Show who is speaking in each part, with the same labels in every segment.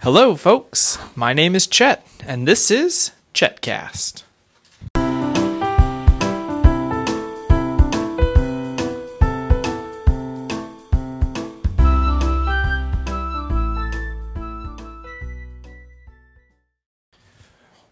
Speaker 1: Hello, folks. My name is Chet, and this is Chetcast.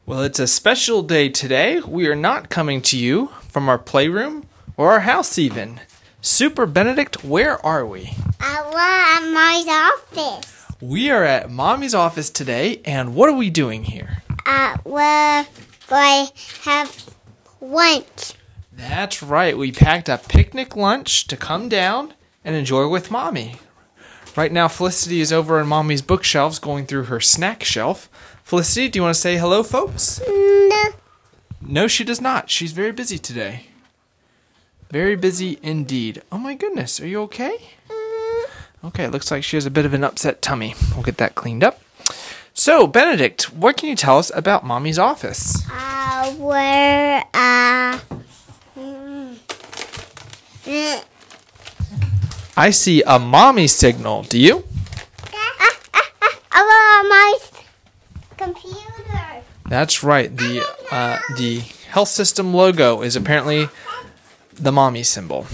Speaker 1: Well, it's a special day today. We are not coming to you from our playroom or our house, even. Super Benedict, where are we?
Speaker 2: I want at Mom's office.
Speaker 1: We are at Mommy's office today, and what are we doing here?
Speaker 2: Uh, we're going to have lunch.
Speaker 1: That's right, we packed a picnic lunch to come down and enjoy with Mommy. Right now, Felicity is over in Mommy's bookshelves going through her snack shelf. Felicity, do you want to say hello, folks?
Speaker 2: No,
Speaker 1: No, she does not. She's very busy today. Very busy indeed. Oh my goodness, are you okay? Okay, it looks like she has a bit of an upset tummy. We'll get that cleaned up. So, Benedict, what can you tell us about Mommy's office?
Speaker 2: uh, we're, uh, mm, mm,
Speaker 1: I see a mommy signal. Do you?
Speaker 2: ah, ah, ah, I want Mom's computer.
Speaker 1: That's right. The uh, the health system logo is apparently the mommy symbol.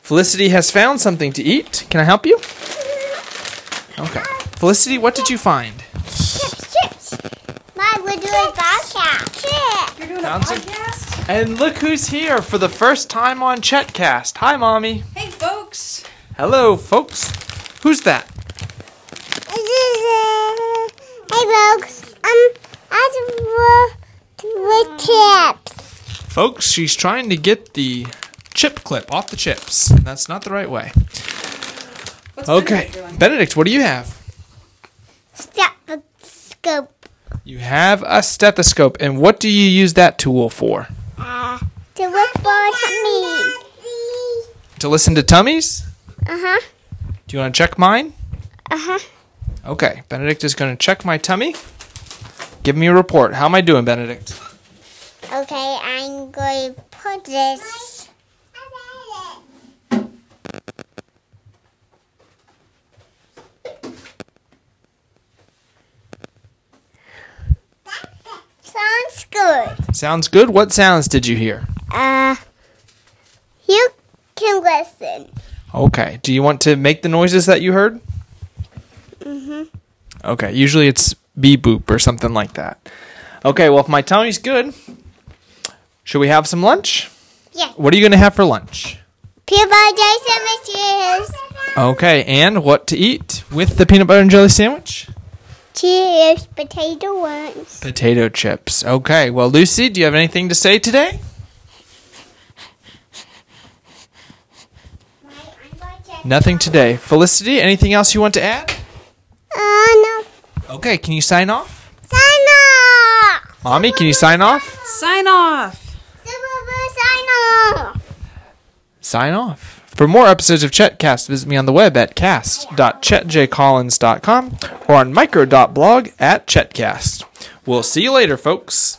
Speaker 1: Felicity has found something to eat. Can I help you? Okay. Felicity, what did you find?
Speaker 2: Chips, chips. Mom, we're doing podcast. Chips. You're doing
Speaker 1: Found some- And look who's here for the first time on Chetcast. Hi, mommy.
Speaker 3: Hey, folks.
Speaker 1: Hello, folks. Who's that?
Speaker 2: uh, Hey, folks. Um, I with chips.
Speaker 1: Folks, she's trying to get the chip clip off the chips. That's not the right way.
Speaker 3: What's
Speaker 1: Okay.
Speaker 3: Benedict doing?
Speaker 1: Benedict, what do you have?
Speaker 2: Stethoscope.
Speaker 1: You have a stethoscope, and what do you use that tool for?
Speaker 2: Uh, to look for tummy.
Speaker 1: To listen to tummies?
Speaker 2: Uh huh.
Speaker 1: Do you want to check mine?
Speaker 2: Uh huh.
Speaker 1: Okay, Benedict is going to check my tummy. Give me a report. How am I doing, Benedict?
Speaker 2: Okay, I'm going to put this. Sounds good.
Speaker 1: Sounds good. What sounds did you hear?
Speaker 2: Uh, you can listen.
Speaker 1: Okay, do you want to make the noises that you heard? Mm-hmm. Okay, usually it's beep boop or something like that. Okay, well, if my tummy's good, should we have some lunch?
Speaker 2: Yeah.
Speaker 1: What are you going to have for lunch?
Speaker 2: Peanut butter jelly sandwiches.
Speaker 1: Okay, and what to eat with the peanut butter and jelly sandwich?
Speaker 2: Cheers, potato ones.
Speaker 1: Potato chips. Okay, well, Lucy, do you have anything to say today? Nothing today. Felicity, anything else you want to add?
Speaker 2: Oh no.
Speaker 1: Okay, can you sign off?
Speaker 2: Sign off.
Speaker 1: Mommy, can you sign off?
Speaker 3: Sign off.
Speaker 2: Super Blue sign off.
Speaker 1: Sign off. For more episodes of Chetcast, visit me on the web at cast.chetjcollins.com or on micro.blog at chetcast. We'll see you later, folks.